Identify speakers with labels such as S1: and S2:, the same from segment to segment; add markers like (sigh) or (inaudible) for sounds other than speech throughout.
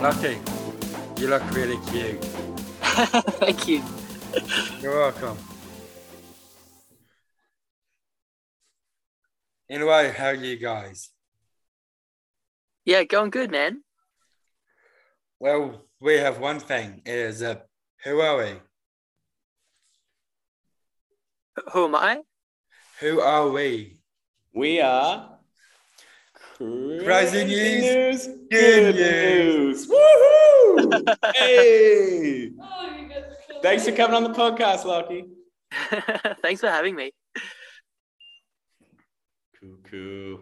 S1: Nothing. You look really cute.
S2: (laughs) Thank you.
S1: You're welcome. Anyway, how are you guys?
S2: Yeah, going good, man.
S1: Well, we have one thing is uh, who are we?
S2: Wh- Who am I? (laughs)
S1: Who are we?
S3: We are crazy,
S1: news,
S3: news,
S1: good
S3: good news. (laughs) Woohoo! hey!
S4: Oh, you guys are killing
S3: Thanks for
S4: me.
S3: coming on the podcast, Lockie.
S2: Thanks for having me.
S3: Cuckoo.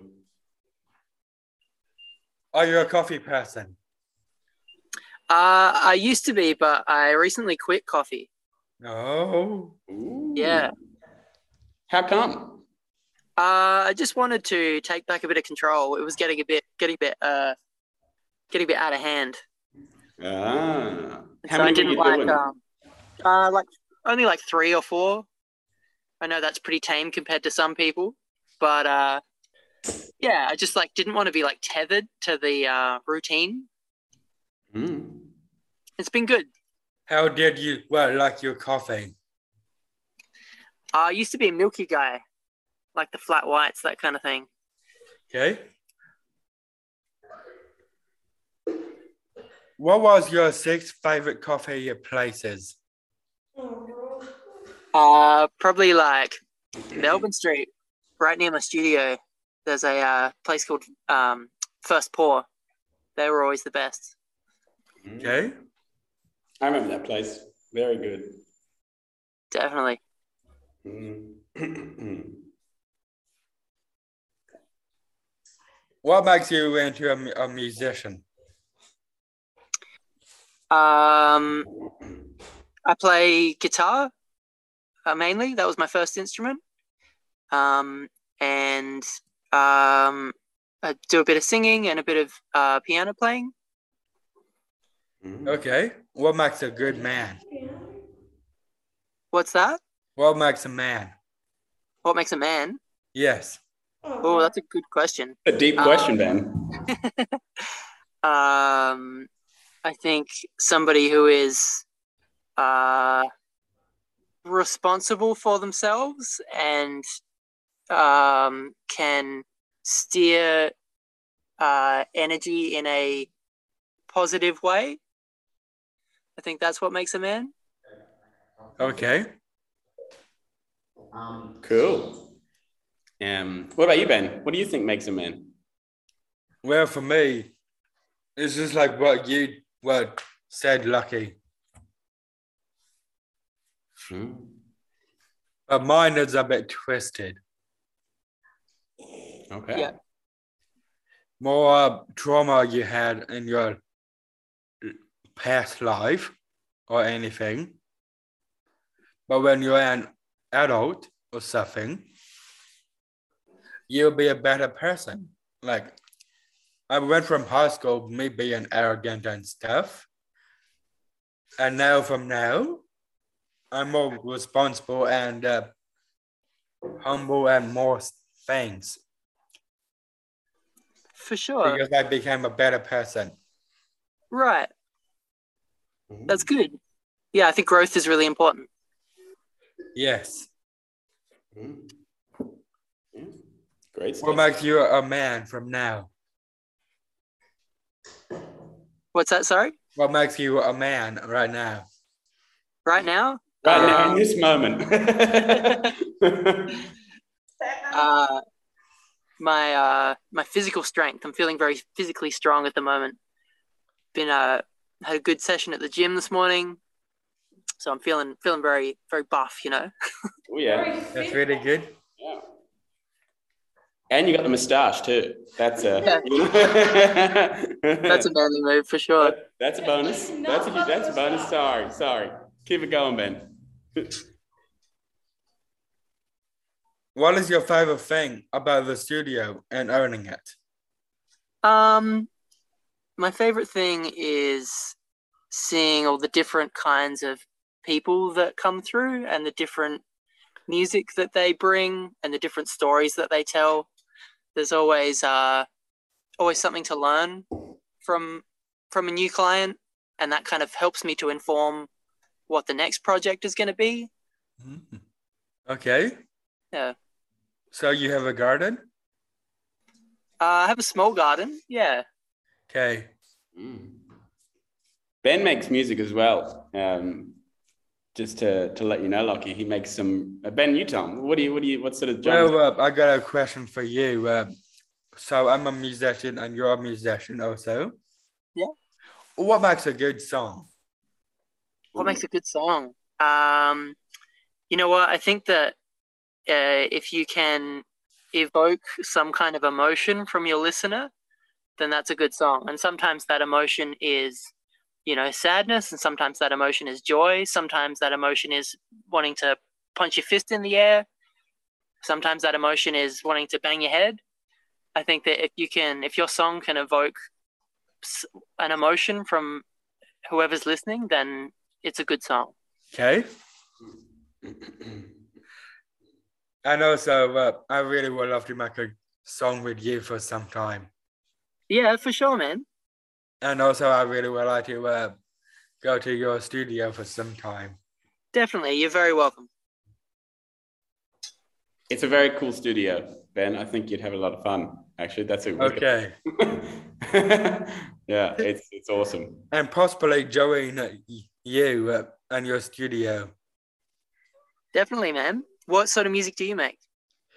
S1: Are you a coffee person?
S2: Uh, I used to be, but I recently quit coffee.
S1: No.
S3: Ooh.
S2: Yeah.
S3: How come?
S2: Uh, I just wanted to take back a bit of control. It was getting a bit, getting a bit, uh, getting a bit out of hand.
S3: Ah. How
S2: so I
S3: many were
S2: didn't
S3: you
S2: like,
S3: doing?
S2: um, uh, like only like three or four. I know that's pretty tame compared to some people, but uh, yeah, I just like didn't want to be like tethered to the uh, routine.
S3: Mm.
S2: It's been good.
S1: How did you well like your coffee?
S2: I used to be a milky guy, like the flat whites, that kind of thing.
S1: Okay. What was your six favorite coffee places?
S4: Oh, bro.
S2: Uh, probably like Melbourne Street, right near my studio. There's a uh, place called um, First Pour. They were always the best.
S3: Hmm.
S1: Okay.
S3: I remember that place. Very good.
S2: Definitely.
S3: Mm.
S1: What makes you into a, mu- a musician?
S2: Um, I play guitar uh, mainly. That was my first instrument. Um, and um, I do a bit of singing and a bit of uh, piano playing.
S1: Okay. What makes a good man?
S2: What's that?
S1: What makes a man?
S2: What makes a man?
S1: Yes.
S2: Oh, that's a good question.
S3: (clears throat) A deep
S2: Um,
S3: question, Ben.
S2: Um, I think somebody who is uh, responsible for themselves and um, can steer uh, energy in a positive way. I think that's what makes a man.
S1: Okay.
S3: Cool. Um, what about you, Ben? What do you think makes a man?
S1: Well, for me, it's just like what you what said, Lucky.
S3: Hmm.
S1: But mine is a bit twisted,
S3: Okay.
S2: Yeah.
S1: more trauma you had in your past life or anything. But when you're an adult or something, you'll be a better person. Like, I went from high school, me being arrogant and stuff. And now, from now, I'm more responsible and uh, humble and more things
S2: For sure.
S1: because I became a better person.
S2: Right.
S3: Mm-hmm.
S2: That's good. Yeah, I think growth is really important.
S1: Yes.
S3: Mm. Yeah. Great.
S1: What
S3: Stuff.
S1: makes you a man from now?
S2: What's that? Sorry?
S1: What makes you a man right now?
S2: Right now?
S3: right now,
S2: Um,
S3: in this (laughs) moment.
S2: uh, my uh, my physical strength. I'm feeling very physically strong at the moment. Been uh, had a good session at the gym this morning, so I'm feeling feeling very very buff. You know,
S3: oh yeah.
S1: That's really good.
S3: yeah. And you got the moustache too. That's a. (laughs)
S2: that's a manly move for sure.
S3: that's a bonus. That's a that's a bonus. Sorry, sorry. Keep it going, Ben.
S1: What is your favorite thing about the studio and owning it?
S2: Um, my favorite thing is seeing all the different kinds of people that come through and the different music that they bring and the different stories that they tell. There's always uh, always something to learn from from a new client, and that kind of helps me to inform what the next project is going to be.
S1: Mhm. Okay.
S2: Yeah.
S1: So you have a garden?
S2: Uh, I have a small garden. Yeah.
S1: Okay.
S3: Mm. Ben makes music as well. Um, just to, to let you know, Lockie, he makes some. Uh, ben, you tell him. What do you? What do you? What sort of job?
S1: Well, Rob, I got a question for you. Rob. so I'm a musician and you're a musician also.
S2: Yeah.
S1: What makes a good song?
S2: What makes a good song? Um, you know what? I think that uh, if you can evoke some kind of emotion from your listener, then that's a good song. And sometimes that emotion is, you know, sadness, and sometimes that emotion is joy. Sometimes that emotion is wanting to punch your fist in the air. Sometimes that emotion is wanting to bang your head. I think that if you can, if your song can evoke s- an emotion from whoever's listening, then it's a good song.
S1: Okay. (clears throat) And also, uh, I really would love to make a song with you for some time.
S2: Yeah, for sure, man.
S1: And also, I really would like to uh, go to your studio for some time.
S2: Definitely. You're very welcome.
S3: it's a very cool studio, Ben. I think you'd have a lot of fun. Actually, that's a
S1: Okay.
S3: (laughs) yeah, it's it's awesome.
S1: And possibly join uh, y- you uh, and your studio.
S2: Definitely, man. What sort of music do you make?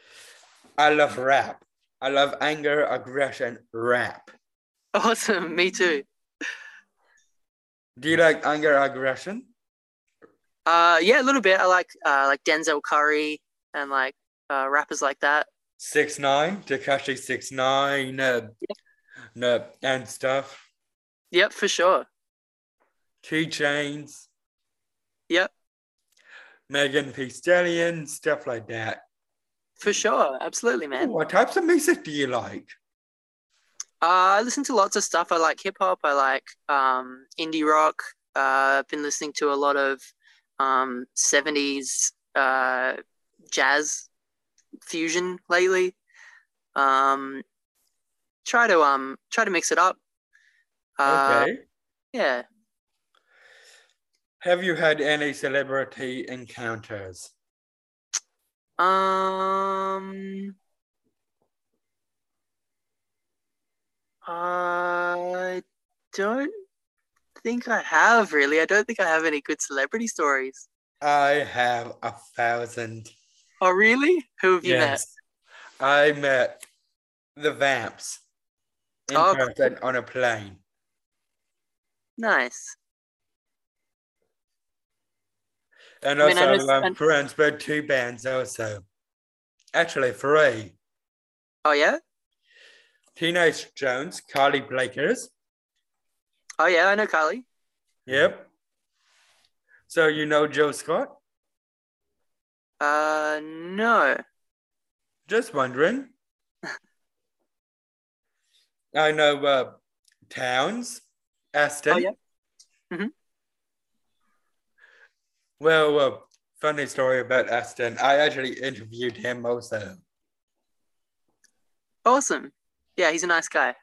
S2: (laughs)
S1: I love rap. I love anger, aggression, rap.
S2: Awesome. Me too.
S1: Do you like anger, aggression?
S2: Uh, yeah, a little bit. I like uh, like Denzel Curry and like uh, rappers like that.
S1: Six nine, Takashi six nine, uh, no, and stuff.
S2: Yep, for sure.
S1: Two Chains.
S2: Yep.
S1: Megan Thee Stallion, stuff like that.
S2: For sure. Absolutely, man.
S1: What types of music do you like?
S2: Uh, I listen to lots of stuff. I like hip hop. I like um, indie rock. Uh, I've been listening to a lot of um, 70s uh, jazz fusion lately. Um, try to um, try to mix it up. Uh,
S1: okay.
S2: Yeah.
S1: Have you had any celebrity encounters?
S2: Um, I don't think I have really. I don't think I have any good celebrity stories.
S1: I have a thousand.
S2: Oh, really? Who have you met?
S1: Yes. I met the Vamps in
S2: Oh, cool.
S1: person on a plane.
S2: Nice.
S1: And
S2: I
S1: also,
S2: mean, I know-
S1: I'm
S2: and-
S1: friends with two bands also. Actually, three.
S2: Oh yeah.
S1: Teenage Jones, Carly Blakers.
S2: Oh yeah. I know Kylie.
S1: Yep. So you know Joe Scott?
S2: Uh, no.
S1: Just wondering. I know uh, Towns, Aston.
S2: Oh, yeah. Mhm.
S1: Well, uh, funny story about Aston. I actually interviewed him also.
S2: Awesome. Yeah, he's a nice guy.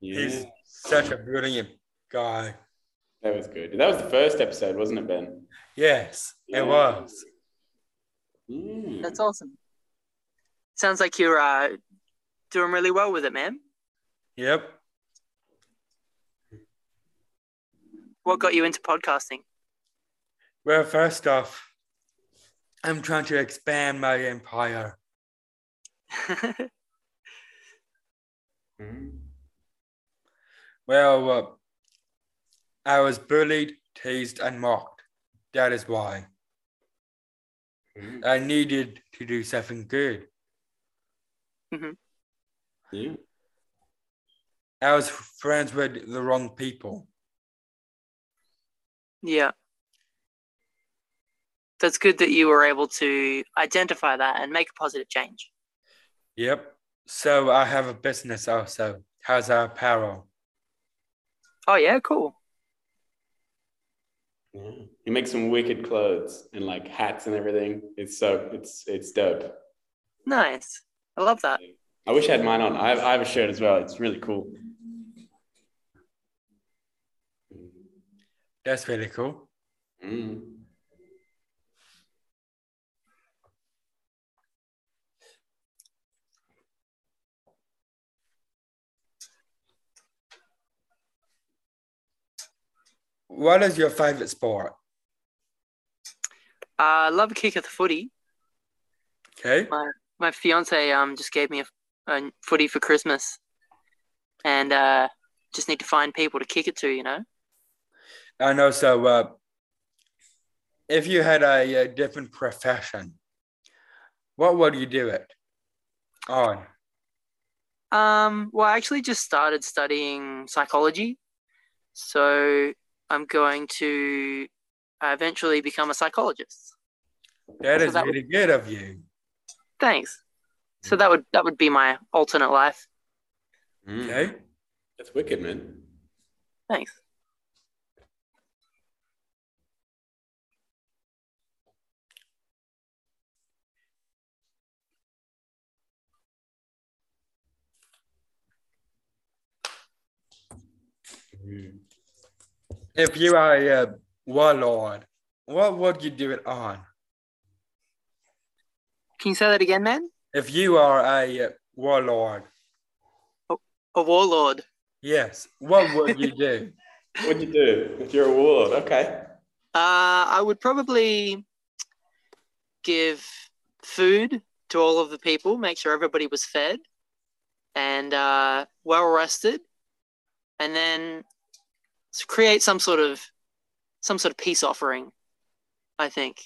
S1: He's
S3: Yeah,
S1: such a brilliant guy.
S3: that was good. That was the first episode, wasn't it, Ben?
S1: Yes,
S3: Yeah.
S1: it was.
S3: Yeah.
S2: That's awesome. Sounds like you're uh, doing really well with it, man.
S1: Yep.
S2: What got you into podcasting? (laughs)
S1: Well, first off, I'm trying to expand my empire. Hmm.
S3: Mm.
S1: Well, uh, I was bullied, teased, and mocked. That is why
S3: Mm.
S1: I needed to do something good.
S3: Yeah.
S1: I was friends with the wrong people.
S2: Yeah. That's good that you were able to identify that and make a positive change.
S1: Yep. So I have a business also. How's our apparel?
S2: Oh, yeah, cool.
S3: Yeah. He makes some wicked clothes and like hats and everything. It's so it's it's dope.
S2: Nice. I love that.
S3: I wish I had mine on. I have, I have a shirt as well. It's really cool.
S1: That's really cool.
S3: Mm.
S1: What is your favorite sport?
S2: Uh, I love a kick at the footy.
S1: Okay.
S2: My fiance um just gave me a, a footy for Christmas, and uh, just need to find people to kick it to. You know.
S1: And also, uh, if you had a, uh different profession, what would you do it on?
S2: Um, well, I actually just started studying psychology. So I'm going to uh, eventually become a psychologist.
S1: That
S2: So
S1: is
S2: that
S1: really good of you.
S2: Thanks. So that would that would be my alternate life.
S3: Mm.
S1: Okay.
S3: That's wicked, man.
S2: Thanks.
S1: Mm. If you are a uh, warlord, what would you do it on?
S2: Can you say that again, man?
S1: If you are a uh, warlord,
S2: A warlord.
S1: yes, what would you
S2: (laughs)
S1: do?
S3: What'd you do if you're a warlord? Okay.
S2: Uh, I would probably give food to all of the people, make sure everybody was fed and uh, well rested, and then s- create some sort of some sort of peace offering. I think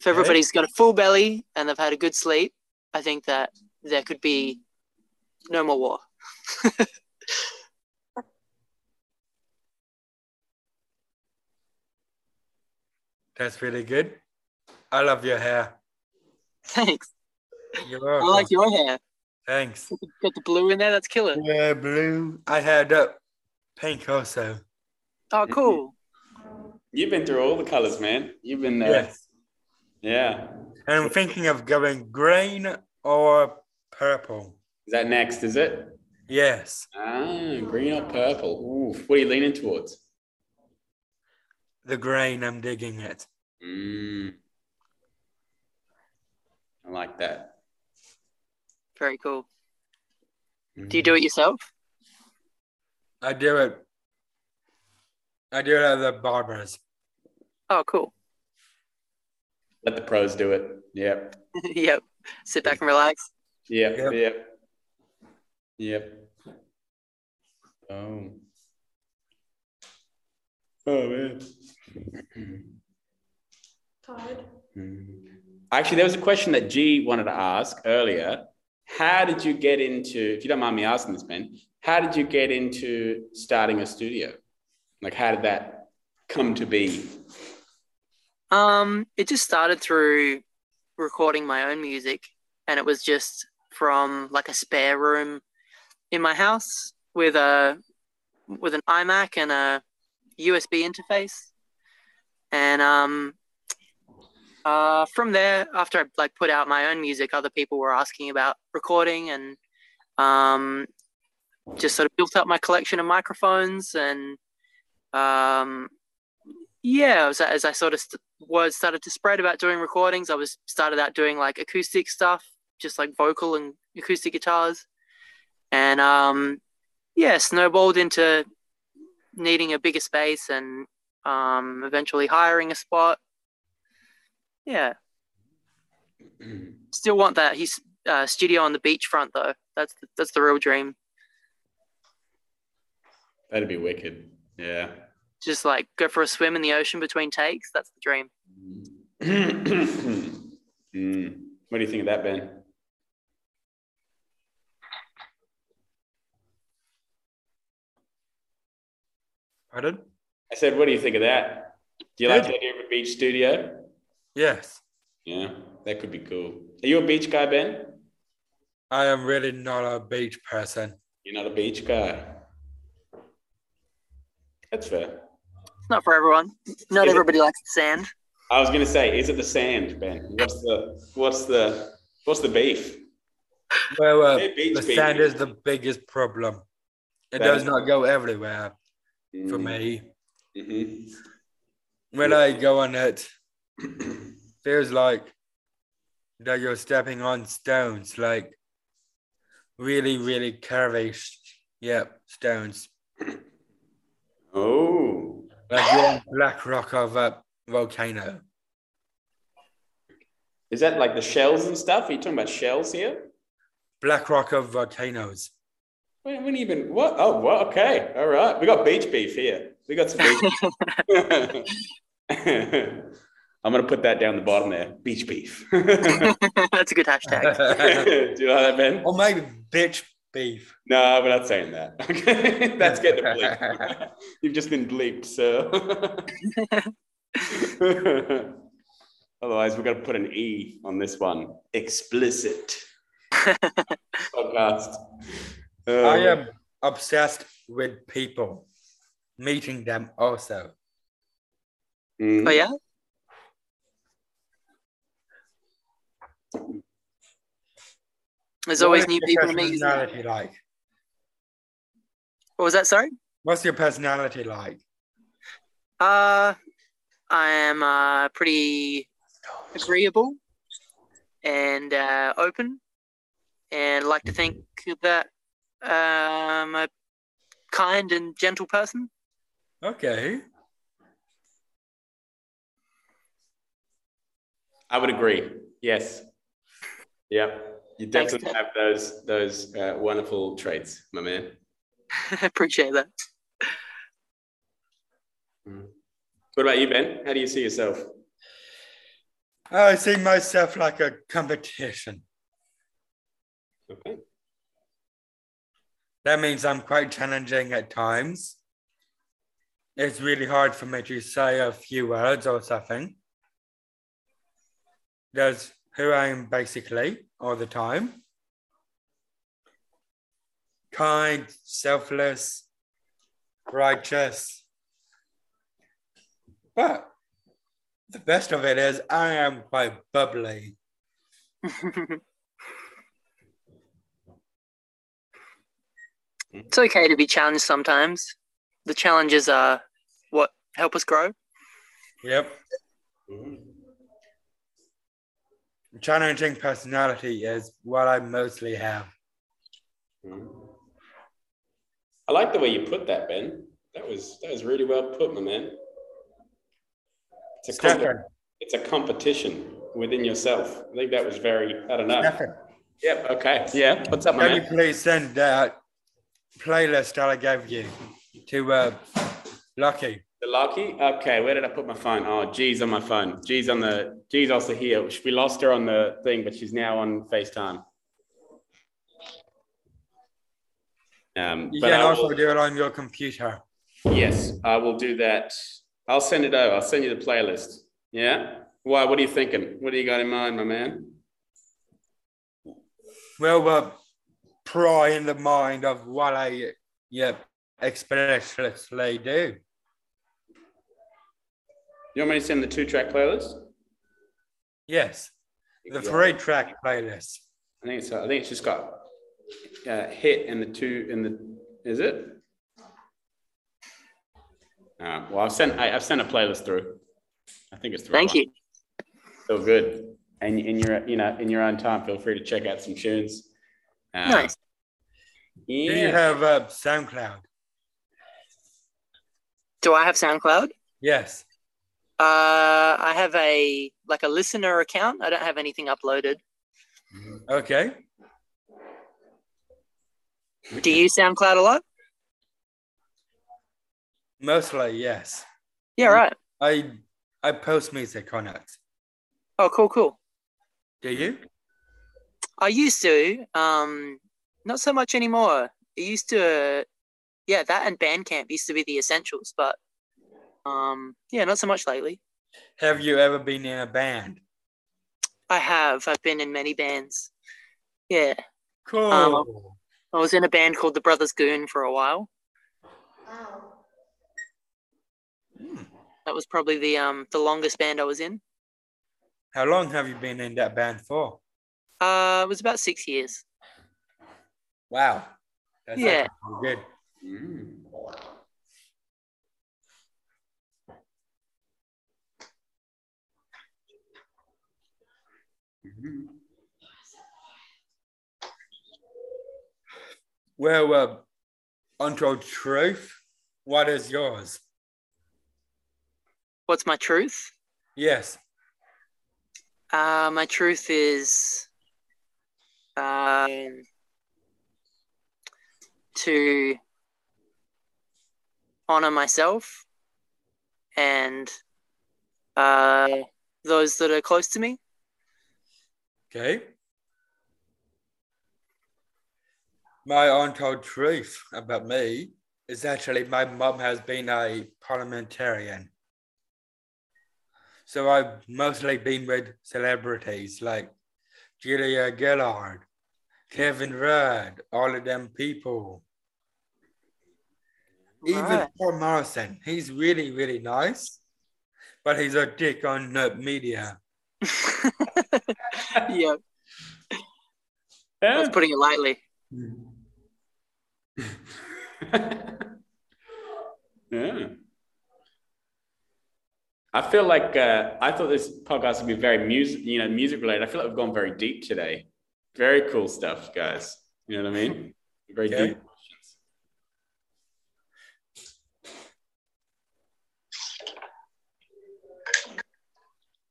S2: if everybody's got a full belly and they've had a good sleep, I think that there could be no more war. (laughs)
S1: That's really good. I love your hair.
S2: Thanks.
S1: You're
S2: I
S1: welcome.
S2: like your hair.
S1: Thanks.
S2: Got the blue in there. That's killer.
S1: Yeah, blue. I had uh, pink also.
S2: Oh, cool.
S3: You've been through all the colors, man. You've been there.
S1: Yes.
S3: Yeah.
S1: And I'm thinking of going green or purple.
S3: Is that next? Is it?
S1: Yes,
S3: Ah, green or purple. Ooh, what are you leaning towards?
S1: the green. I'm digging it.
S3: Mm. I like that.
S2: Very cool. Do you do it yourself?
S1: I do it. I do it at the barbers.
S2: Oh, cool.
S3: Let the pros do it. Yep.
S2: (laughs) yep. Sit back and relax.
S3: Yep.
S1: Yep.
S3: Yep. Yep. Oh. Oh man.
S4: Tired.
S3: Actually, there was a question that G wanted to ask earlier. How did you get into, if you don't mind me asking this, Ben, how did you get into starting a studio? Like, how did that come to be? (clears throat)
S2: Um, it just started through recording my own music, and it was just from like a spare room in my house with a with an iMac and a USB interface, and um, uh, from there, after I like put out my own music, other people were asking about recording, and um, just sort of built up my collection of microphones, and um, yeah, as I, as I sort of st- was started to spread about doing recordings, I was started out doing like acoustic stuff, just like vocal and acoustic guitars, and um, yeah, snowballed into needing a bigger space and um, eventually hiring a spot. Yeah, still want that. He's uh, studio on the beachfront though. That's that's the real dream.
S3: That'd be wicked. Yeah.
S2: Just like go for a swim in the ocean between takes. That's the dream.
S3: Mm. What do you think of that, Ben?
S1: Pardon?
S3: I said, what do you think of that? Do you like
S1: Good.
S3: the idea of a beach studio?
S1: Yes,
S3: Yeah, that could be cool. Are you a beach guy, Ben?
S1: I am really not a beach person.
S3: You're not a beach guy. That's fair.
S2: It's not for everyone. Not everybody likes the sand. (laughs)
S3: I was gonna say, is it the sand, Ben? What's the what's the what's the beef?
S1: Well, uh,
S3: Hey, beach
S1: the
S3: baby.
S1: sand is the biggest problem. It
S3: That
S1: does
S3: is- Mm.
S1: not go everywhere. for
S3: Hmm.
S1: me.
S3: Mhm.
S1: When
S3: Yeah.
S1: I go on
S3: (clears throat)
S1: it, feels like that you're stepping on stones, like really, really curvy, sh- yeah, stones.
S3: Oh,
S1: Like you're on black rock of a volcano.
S3: is that like the shells and stuff? Are you talking about shells here?
S1: Black rock of volcanoes.
S3: (laughs)
S1: (laughs)
S3: When, when even what? Oh, well, okay, all right. We got beach beef here. We got some beach. (laughs) I'm gonna put that down the bottom there. Beach beef. (laughs) Do
S2: That's a good
S1: (laughs)
S2: hashtag.
S3: you know that, Ben?
S1: or maybe bitch beef.
S3: No, we're not saying that. (laughs) Okay, that's getting bleeped. (laughs) You've just been bleeped, so. (laughs) Otherwise, we're going to put an E on this one. Explicit podcast. Um,
S1: I am obsessed with people, meeting them also.
S3: mm,
S2: Oh yeah, there's always
S1: What
S2: new
S1: is your
S2: people to meet. isn't there?
S1: Personality like.
S2: What was that? Sorry.
S1: What's your personality like?
S2: Uh, I am uh, pretty agreeable and uh, open, and like to think that um, a kind and gentle person. (laughs)
S1: Okay.
S3: I would agree. Yes. Yep. You
S2: Thanks,
S3: definitely have those those uh, wonderful traits, my man.
S2: Appreciate that.
S3: What about you, Ben? How do you see yourself?
S1: I see myself like a competition.
S3: Okay.
S1: That means I'm quite challenging at times. It's really hard for me to say a few words or something. That's who I am basically all the time. Kind, selfless, righteous. But the best of it is I am quite bubbly.
S2: it's okay to be challenged sometimes. The challenges are what help us grow.
S1: Yep.
S3: Mm-hmm.
S1: Challenging personality is what I mostly have.
S3: Mm-hmm. I like the way you put that, Ben. That was that was really well put, my man. It's a, comp-
S1: Stefan,
S3: it's a competition within yourself. I think that was very. I don't know.
S1: Stefan,
S3: Yep. Okay. Yeah. What's up, my
S1: can you
S3: man?
S1: please send that playlist that I gave you to uh, Lucky?
S3: The Larky. Okay. Where did I put my phone? Oh, G's on my phone. G's on the. G's also here. We lost her on the thing, but she's now on Facetime. Um,
S1: You
S3: but
S1: can
S3: I
S1: also
S3: will-
S1: do it on your computer.
S3: Yes, I will do that. I'll send it over. I'll send you the playlist. Yeah. Why? What are you thinking? What do you got in mind, my man?
S1: Well, uh, pry in the mind of what I yeah, expressly do.
S3: You want me to send the two track playlist?
S1: Yes, the
S3: Yeah.
S1: three track playlist.
S3: I think it's. I think it's just got uh, hit and the two and the. Is it? Uh, well, I've sent. I, I've sent a playlist through. I think it's the right
S2: Thank
S3: one.
S2: you.
S3: Feel good. And in your, you know, in your own time, feel free to check out some tunes. Uh,
S2: Nice.
S1: Do you
S3: Yeah.
S1: have uh, SoundCloud?
S2: Do I have SoundCloud?
S1: Yes.
S2: Uh, I have a like a listener account. I don't have anything uploaded.
S1: Okay.
S2: Do you use SoundCloud a lot?
S1: Mostly, yes.
S2: Yeah, right.
S1: I I post music on it.
S2: Oh, cool, cool.
S1: Do you?
S2: I used to, um, not so much anymore. I used to, yeah, that and Bandcamp used to be the essentials, but um, yeah, not so much lately.
S1: Have you ever been in a band?
S2: I have. I've been in many bands. Yeah,
S1: Cool.
S2: Um, I was in a band called the Brothers Goon for a while.
S4: Ow.
S2: That was probably the um the longest band I was in.
S1: How long have you been in that band for?
S2: Uh, it was about six years.
S1: Wow. That's
S2: Yeah.
S1: actually pretty good.
S3: Mm. Mm.
S1: Well, uh, until truth, what is yours?
S2: What's my truth?
S1: Yes.
S2: Uh, my truth is um, to honor myself and uh, those that are close to me.
S1: Okay. My untold truth about me is actually my mum has been a parliamentarian. So I've mostly been with celebrities like Julia Gillard, Kevin Rudd, all of them people. Even
S2: Right. (laughs)
S1: Paul Morrison, he's really, really nice, but he's a dick on the media.
S2: yeah,
S3: Yeah.
S1: (laughs)
S2: that's putting it lightly.
S3: (laughs) yeah. I feel like uh, I thought this podcast would be very music, you know, music related. I feel like we've gone very deep today. Very cool stuff, guys. You know what I mean? Very
S1: Okay.
S3: deep.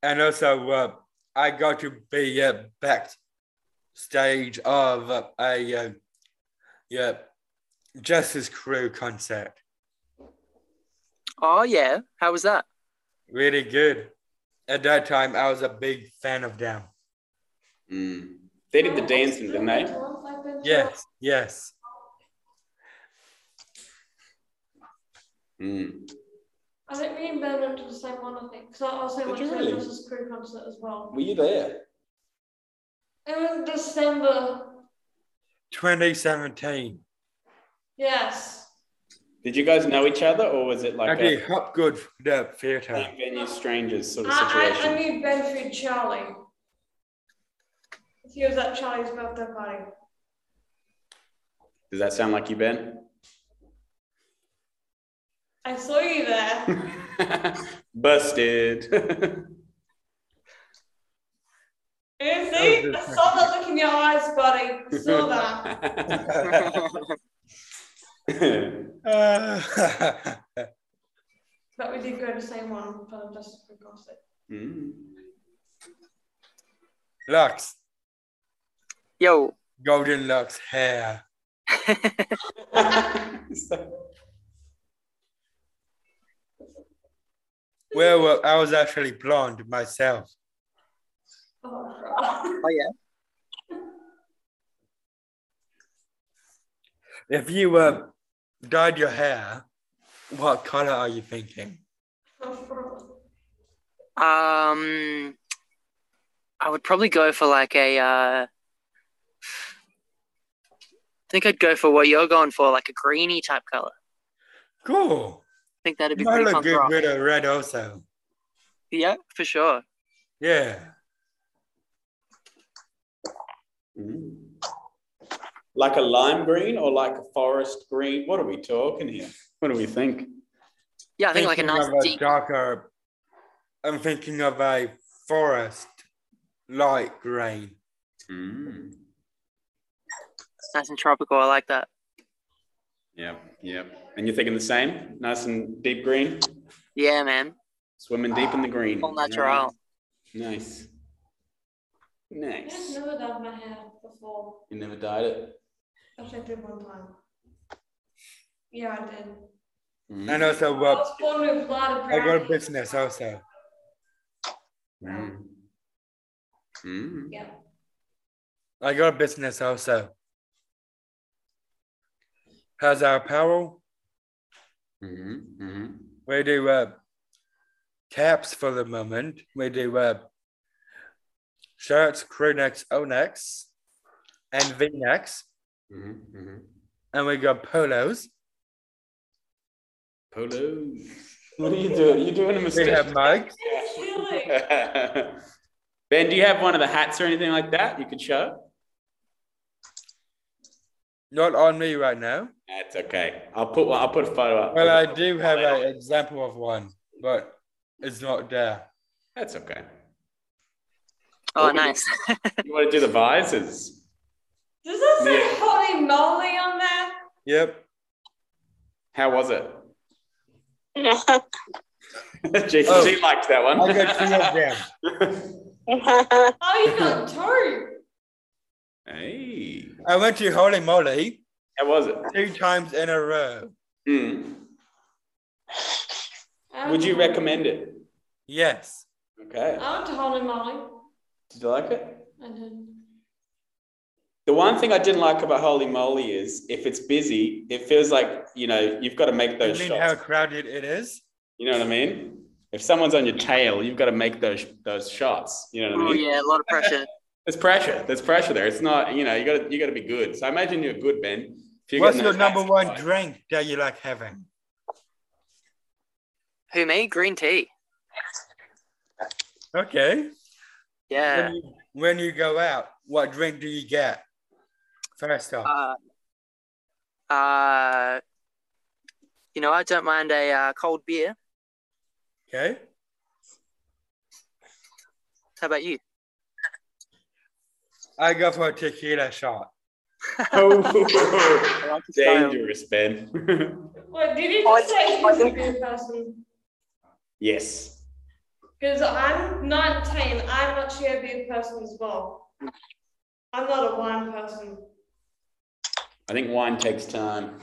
S1: And also, uh, I got to be uh, backstage of uh, a uh, yeah, Justice Crew concert.
S2: Oh yeah, how was that?
S1: Really good. At that time, I was a big fan of them.
S3: Mm. They did the dancing, didn't they?
S1: Yes, yes.
S3: Mm.
S4: I think me and Ben went to the same one, I think. Because I also
S3: Did
S4: went
S3: you
S4: to
S3: really?
S4: the Justice Crew concert as well.
S3: Were you there?
S4: It was December.
S1: 2017.
S4: Yes.
S3: Did you guys know each other, or was it
S1: I
S3: like a
S1: did Hopgood the Theatre.
S3: (laughs) same venue strangers sort of
S4: Uh, I, I, I
S3: situation?
S4: knew Ben through Charlie. He was at Charlie's birthday party.
S3: Does that sound like you, Ben? (laughs)
S4: I saw
S3: (laughs)
S4: you there.
S3: Busted. (laughs)
S4: You see? I saw that look in your eyes, buddy. I
S3: (laughs)
S4: saw that.
S1: Uh,
S4: But we did go to the same one for the Justice Crew concert.
S3: Mm.
S1: (laughs) Lux,
S2: Yo,
S1: Golden Lux hair.
S3: (laughs) Mm.
S1: Well, well, I was actually blonde myself.
S4: Oh, (laughs) God.
S2: oh yeah.
S1: If you uh, dyed your hair, what color are you thinking?
S2: Um, I would probably go for like a. Uh, I think I'd go for what you're going for, like a greeny type color. I
S1: Cool.
S2: think that'd be
S1: You
S2: pretty
S1: look
S2: punk
S1: good
S2: rock.
S1: with a red also.
S2: Yeah, for sure.
S1: Yeah.
S3: Mm. Like a lime green or like a forest green? What are we talking here? What do we think?
S2: Yeah, I think like a nice
S1: of a
S2: deep.
S1: darker. I'm thinking of a forest light green.
S3: Mm.
S2: nice and tropical. I like that.
S3: Yep, yep. And you're thinking the same? Nice and deep green?
S2: Yeah, man.
S3: Swimming deep in the green.
S2: All natural.
S3: Nice.
S4: I've
S3: Nice.
S4: never done my hair before.
S3: You never dyed it?
S4: Actually, I did one time. Yeah, I did.
S3: Mm.
S1: And also,
S4: I
S1: uh,
S4: was born with blood,
S1: I got a
S4: apparently.
S1: business also.
S3: Mm. Mm.
S4: Yeah.
S1: I got a business also. Has our apparel?
S3: Mhm, mhm.
S1: We do uh, caps for the moment. We do uh, shirts, crew necks, O necks, and V necks.
S3: Mhm, mhm.
S1: And we got polos.
S3: Polo. What are you doing? You're doing a
S1: We
S3: mistake.
S1: have mugs.
S4: Really?
S3: (laughs) ben, do you have one of the hats or anything like that you could show?
S1: Not on me right now.
S3: That's okay. I'll put one, I'll put a photo up.
S1: Well, I do have an example of one, but it's not there.
S3: That's okay.
S2: Oh, nice.
S3: You want to do the vices?
S4: Does that say
S3: Yeah.
S4: holy moly on there?
S1: Yep.
S3: How was it? (laughs)
S5: No.
S3: she,
S1: Oh.
S3: she liked that one.
S1: I got three of them.
S4: Oh, you got two.
S3: (laughs) hey,
S1: I went to Holy Moly
S3: how was it?
S1: three times in a row.
S3: Hmm.
S4: Um,
S3: Would you recommend it?
S1: Yes.
S3: Okay.
S4: I went to holy moly.
S3: Did you like it?
S4: And then,
S3: The one thing I didn't like about Holy Moly is if it's busy, it feels like you know you've got to make
S1: You
S3: those
S1: mean
S3: shots.
S1: how crowded it is?
S3: You know what I mean? If someone's on your tail, you've got to make those those shots. You know what
S2: oh
S3: I mean?
S2: yeah, a lot of pressure.
S3: There's pressure. There's pressure there. It's not you know you got to you got to be good. So I imagine you're good, Ben. If you're
S1: What's
S3: getting
S1: your
S3: those
S1: number
S3: hats
S1: one
S3: right.
S1: drink that you like having?
S2: Who me? Green tea.
S1: Okay.
S2: Yeah.
S1: When, you, when you go out, what drink do you get? First off,
S2: Uh, uh, you know, I don't mind a uh, cold beer.
S1: okay.
S2: How about you?
S1: I go for a tequila shot. (laughs)
S3: (laughs) Oh,
S2: I like the style.
S3: dangerous, Ben. (laughs)
S4: wait, did you
S5: I-
S4: just say
S5: I
S4: he's a
S5: think-
S4: good person?
S3: yes.
S4: Because I'm 19. I'm actually a beer person as well. I'm not a wine person.
S3: I think wine takes time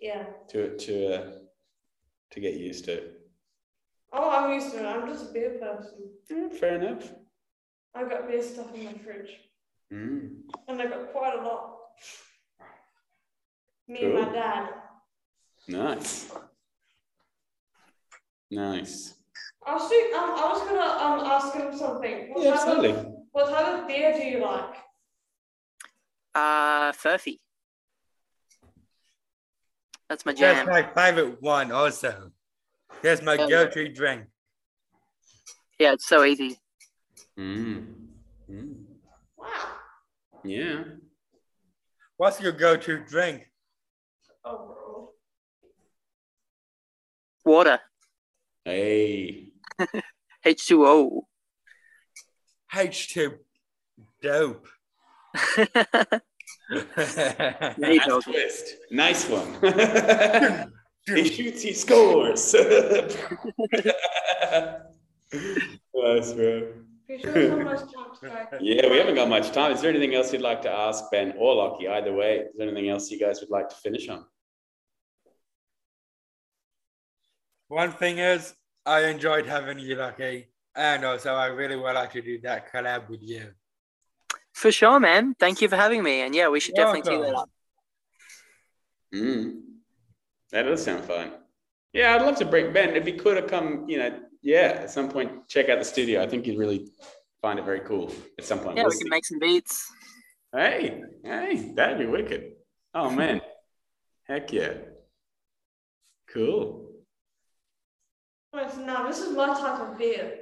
S4: Yeah.
S3: to to uh, to get used to.
S4: Oh, I'm used to it. I'm just a beer person.
S3: Mm, fair enough.
S4: I've got beer stuff in my fridge.
S3: Mm.
S4: And I've got quite a lot. Me and my
S3: Cool.
S4: dad.
S3: Nice. Nice.
S4: Actually, um, I was gonna um, ask him something. What
S3: Yeah,
S4: type
S3: absolutely.
S4: Of, what type of beer do you like?
S2: Uh, Furphy. That's my
S1: That's
S2: jam.
S1: my favorite one also. That's my
S2: Yeah.
S1: go-to drink.
S2: Yeah, it's so easy.
S3: Mm. Mm.
S4: Wow.
S3: Yeah.
S1: What's your go-to drink?
S4: Overall.
S2: Water.
S3: Hey.
S2: (laughs) H2O.
S1: H2 dope. (laughs)
S2: There you
S3: Nice
S2: go.
S3: twist. Nice (laughs) one. he shoots, he scores. (laughs) nice, bro.
S4: Pretty sure there's not much time
S3: (laughs)
S4: to go.
S3: Yeah, we haven't got much time. Is there anything else you'd like to ask Ben or Lockie? Either way, is there anything else you guys would like to finish on?
S1: One thing is, I enjoyed having you, Lucky. And also, I really would like to do that collab with you.
S2: For sure, man. Thank you for having me. And yeah, we should definitely do that up.
S1: Welcome.
S3: Mm. That does sound fun. Yeah, I'd love to bring Ben. If he could have come, you know, yeah, at some point, check out the studio. I think you'd really find it very cool at some point.
S2: Yeah,
S3: We'll
S2: we
S3: see.
S2: can make some beats.
S3: hey, hey, that'd be wicked. Oh, man. Heck yeah. Cool.
S4: Right, so now this is my type of beer.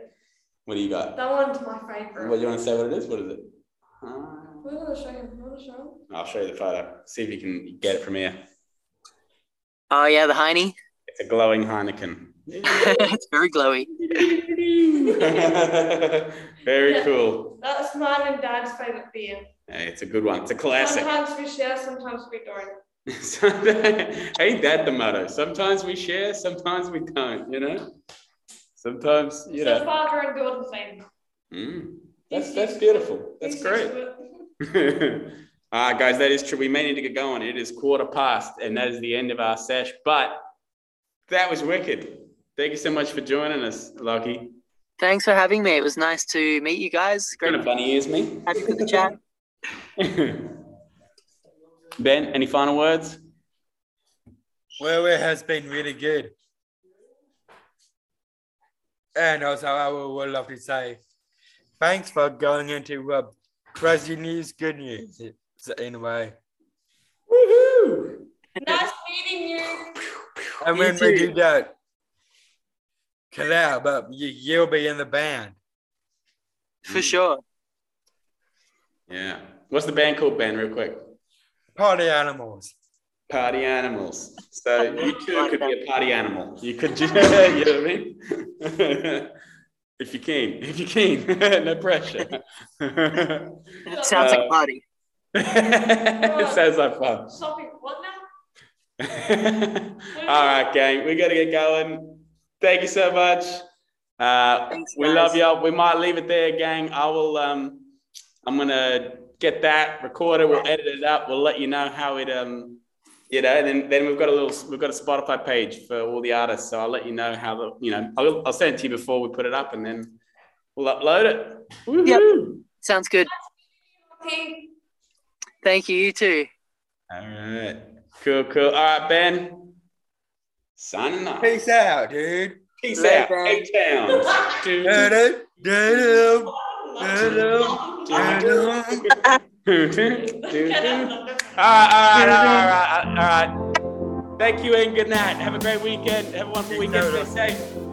S3: What do you got?
S4: That one's my favorite.
S3: What do you want to say? What it is? What is it? Uh,
S4: We're gonna show him. We're gonna show him.
S3: I'll show you the photo. See if you can get it from here.
S2: Oh, yeah, the Heine. (laughs)
S3: It's a glowing Heineken. (laughs)
S2: it's very glowy.
S3: Very cool.
S4: That's mine and dad's favorite beer.
S3: Hey, it's a good one. It's a classic. (laughs)
S4: Sometimes we share, sometimes we don't.
S3: Ain't that the motto? Sometimes we share, sometimes we don't, you know? Sometimes, you
S4: So
S3: know.
S4: father and daughter thing.
S3: Mm. That's, that's beautiful. That's
S4: He's
S3: great.
S4: used to it.
S3: (laughs) Ah, guys, that is true. We may need to get going. It is quarter past, and that is the end of our sesh. But that was wicked. Thank you so much for joining us, Lockie.
S2: Thanks for having me. It was nice to meet you guys.
S3: Kind
S2: Great.
S3: of bunny ears me. (laughs)
S2: Happy with the chat.
S3: ben, any final words?
S1: Well, it has been really good. And also, I would, would love to say thanks for going into uh, crazy news, good news. It's in a way.
S3: Woohoo!
S4: Nice meeting you.
S1: And
S2: You
S1: when we
S2: too.
S1: do that collab, uh, you, you'll be in the band.
S2: For sure.
S3: Yeah. What's the band called, Ben, real quick?
S1: Party animals.
S3: Party animals. So (laughs) you too
S2: Like
S3: could
S2: that.
S3: (laughs) be a party animal. You could just, you know what I mean? (laughs) If you're keen, if you're keen, (laughs) no pressure. (laughs)
S2: It sounds like
S3: Uh,
S2: a party.
S3: it sounds like fun.
S4: Shopping, what now?
S3: All right, gang, we got to get going. Thank you so much. Uh,
S2: Thanks,
S3: we
S2: guys.
S3: love y'all. We might leave it there, gang. I will. Um, I'm gonna get that recorded. We'll edit it up. We'll let you know how it. Um, you know, and then, then we've got a little. We've got a Spotify page for all the artists. So I'll let you know how the. You know, I'll, I'll send it to you before we put it up, and then we'll upload it. Woohoo!
S2: Sounds good.
S4: Okay.
S2: Thank you. You too.
S3: All right. Cool. Cool. All right, Ben. Signing off.
S1: Peace out, dude.
S3: Peace
S2: Later,
S3: out.
S2: Ben.
S3: Eight towns. Doo, doo,
S1: Da-dum, da-dum,
S3: doo,
S1: da-dum.
S3: doo, doo, doo, doo. All right, all right, all right, all right, all right. Thank you and good night. Have a great weekend. Everyone, for weekend. Stay safe.